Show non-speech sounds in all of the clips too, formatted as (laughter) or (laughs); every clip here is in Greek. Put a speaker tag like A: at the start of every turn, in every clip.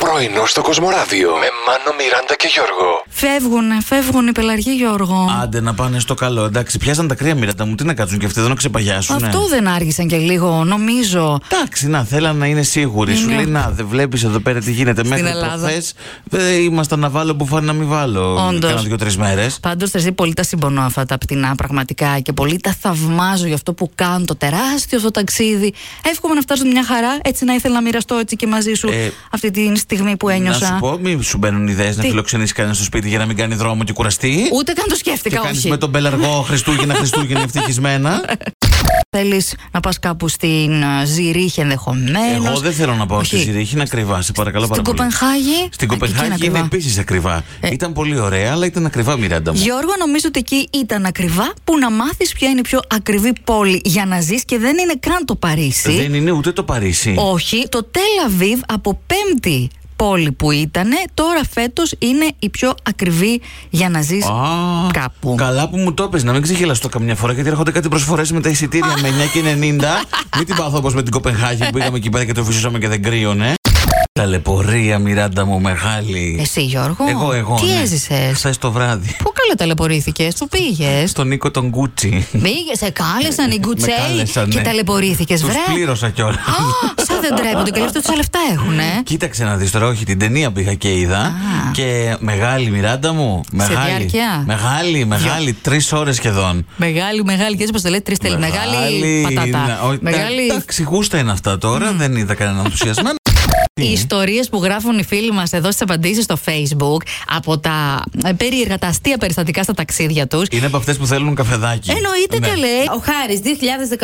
A: Πρωινό στο Κοσμοράδιο με Μάνο, Μιράντα και Γιώργο.
B: Φεύγουν, φεύγουν οι πελαργοί, Γιώργο.
C: Άντε να πάνε στο καλό. Εντάξει, πιάσαν τα κρύα μοίρατα μου. Τι να κάτσουν και αυτοί, δεν να ξεπαγιάσουν.
B: Αυτό δεν άργησαν και λίγο, νομίζω.
C: Εντάξει, να θέλαν να είναι σίγουροι. Σου
B: Ναι.
C: λέει να, δεν βλέπεις εδώ πέρα τι γίνεται. Μέχρι
B: Ελλάδα.
C: προχθές, δεν ήμασταν να βάλω που φάνε να μην βάλω.
B: Όντως.
C: Κάνα δύο-τρει μέρες.
B: Πάντως, Τερζή, πολύ τα συμπονώ αυτά τα πτηνά πραγματικά και πολύ τα θαυμάζω για αυτό που κάνουν το τεράστιο αυτό ταξίδι. Εύχομαι να φτάσουν μια χαρά, έτσι να ήθελα να μοιραστώ έτσι και μαζί σου
C: Ε,
B: αυτή τη στιγμή που ένιωσα.
C: Να σου πω, μην σου μπαίνουν ιδέες να
B: Τι?
C: φιλοξενήσεις κανένα στο σπίτι για να μην κάνει δρόμο και κουραστεί.
B: Ούτε καν το
C: Και
B: σκέφτηκα,
C: κάνεις
B: όχι. Ναι.
C: με τον πελαργό Χριστούγεννα, Χριστούγεννα ευτυχισμένα.
B: (laughs) Θέλεις να πας κάπου στην ε, Ζηρίχη ενδεχομένως.
C: Εγώ δεν θέλω να πάω στη Ζηρίχη, είναι ακριβά. Σε παρακαλώ πάρα
B: Στην
C: πολύ.
B: Κοπενχάγη.
C: Στην
B: Α, και εκεί
C: Κοπενχάγη είναι
B: ακριβά.
C: επίσης ακριβά.
B: Ε.
C: Ήταν πολύ ωραία, αλλά ήταν ακριβά, Μιράντα μου.
B: Γιώργο, νομίζω ότι εκεί ήταν ακριβά που να μάθεις ποια είναι η πιο ακριβή πόλη για να ζεις και δεν είναι καν το Παρίσι.
C: Δεν είναι ούτε το Παρίσι.
B: Όχι, το Τελαβίβ από πέμπτη πόλη που ήταν, τώρα φέτος είναι η πιο ακριβή για να ζεις
C: Α,
B: κάπου.
C: Καλά που μου το έπαιζε, να μην ξεχελαστώ καμιά φορά γιατί έρχονται κάτι προσφορές με τα εισιτήρια με 9 και 90. μην την πάθω όπως με την Κοπενχάγη που πήγαμε εκεί πέρα και το φυσούσαμε και δεν κρύωνε. Ταλαιπωρία, Μιράντα μου, μεγάλη.
B: Εσύ, Γιώργο.
C: Εγώ, εγώ.
B: Ε, Τι
C: ναι.
B: έζησες.
C: Χθες το βράδυ.
B: Πού καλά ταλαιπωρήθηκε, του πήγες.
C: Στον Νίκο τον Κούτσι.
B: Πήγε, σε κάλεσαν οι
C: Με
B: γκουτσέοι
C: κάλεσαν,
B: και
C: ναι.
B: ταλαιπωρήθηκες,
C: Τους
B: βρε.
C: πλήρωσα κιόλας.
B: Α, σαν δεν τρέπονται. Καλά, αυτά τόσα λεφτά έχουν, ε.
C: Κοίταξε να δεις τώρα, όχι την ταινία πήγα και είδα. Και μεγάλη Μιράντα μου. Μεγάλη.
B: διάρκεια?
C: Μεγάλη, μεγάλη. Τρεις ώρες σχεδόν.
B: Μεγάλη, μεγάλη, και έτσι πώ το λέει, τρεις τέλη. Μεγάλη
C: να-
B: πατάτα.
C: ο-
B: Μεγάλη.
C: Ναι, Εντάξει, γούστα είναι αυτά τώρα. Δεν είδα
B: (laughs)
C: κανέναν ενθουσιασμένο.
B: Οι ιστορίες που γράφουν οι φίλοι μας εδώ στις απαντήσεις στο Facebook από τα ε, περίεργα, τα αστεία περιστατικά στα ταξίδια τους.
C: Είναι από αυτές που θέλουν καφεδάκι.
B: Εννοείται
C: Ναι.
B: καλέ.
D: Ο Χάρης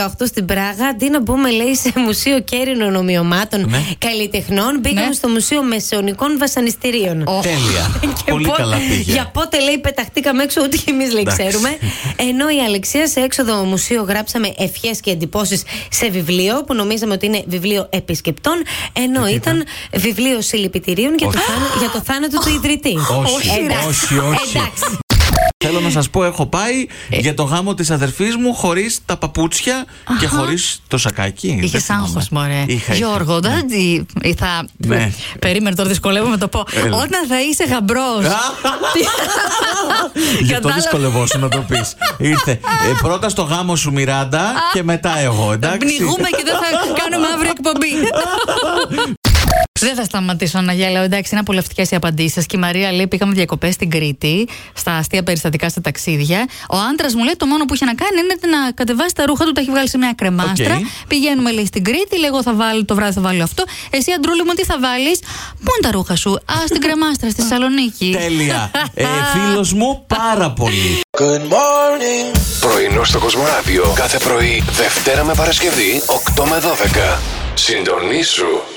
D: 2018 στην Πράγα, αντί να μπούμε, λέει, σε μουσείο κέρινων ομοιωμάτων
C: Ναι.
D: καλλιτεχνών, μπήκαμε
B: Ναι.
D: στο μουσείο μεσαιωνικών βασανιστήριων.
B: Ο- (laughs)
C: Τέλεια.
D: Και
C: Πολύ
D: πότε-
C: καλά πήγε.
D: Για πότε λέει πεταχτήκαμε έξω, ούτε κι εμείς λέει
C: Εντάξει.
D: ξέρουμε. Ενώ η Αλεξία σε έξοδο μουσείο γράψαμε ευχές και εντυπώσεις σε βιβλίο, που νομίζαμε ότι είναι βιβλίο επισκεπτών, ενώ ήταν βιβλίο συλληπιτηρίων για, το θάνα- για το θάνατο του ιδρυτή.
C: Όχι,
D: Εντάξει.
C: όχι, όχι.
D: Εντάξει.
C: Θέλω να σας πω, έχω πάει
B: Ε.
C: για το γάμο της αδερφής μου χωρίς τα παπούτσια και χωρίς το σακάκι.
B: Είχε
C: Δεν θυμάμαι.
B: άγχος, μωρέ.
C: Είχα, είχα.
B: Γιώργο, δεν τι- θα.
C: Ναι.
B: Περίμενε, τώρα δυσκολεύομαι να το πω.
C: Έλα.
B: Όταν θα είσαι γαμπρός.
C: (laughs) Γι' αυτό δυσκολευόσαι να το πεις. Ήρθε. ε, πρώτα στο γάμο σου, Μιράντα, και μετά εγώ, εντάξει.
B: Πνιγούμε και δεν θα κάνουμε αύριο εκπομπή. (laughs) Δεν θα σταματήσω να γέλαω. Εντάξει, είναι απολαυστικές οι απαντήσεις. Και η Μαρία λέει: Πήγαμε διακοπές στην Κρήτη, στα αστεία περιστατικά στα ταξίδια. Ο άντρας μου λέει: Το μόνο που είχε να κάνει είναι να κατεβάσει τα ρούχα του, τα έχει βγάλει σε μια κρεμάστρα.
C: Οκ.
B: Πηγαίνουμε, λέει, στην Κρήτη. Λέγω: Θα βάλω το βράδυ, θα βάλω αυτό. Εσύ, Αντρούλη μου, τι θα βάλεις. Πού είναι τα ρούχα σου. Α, στην κρεμάστρα, στη Θεσσαλονίκη.
C: Τέλεια.
B: (laughs)
C: Ε, Φίλος μου, πάρα πολύ.
A: Πρωινό στο Κοσμοράδιο κάθε πρωί, Δευτέρα με Παρασκευή, 8 με 12. Συντονίσου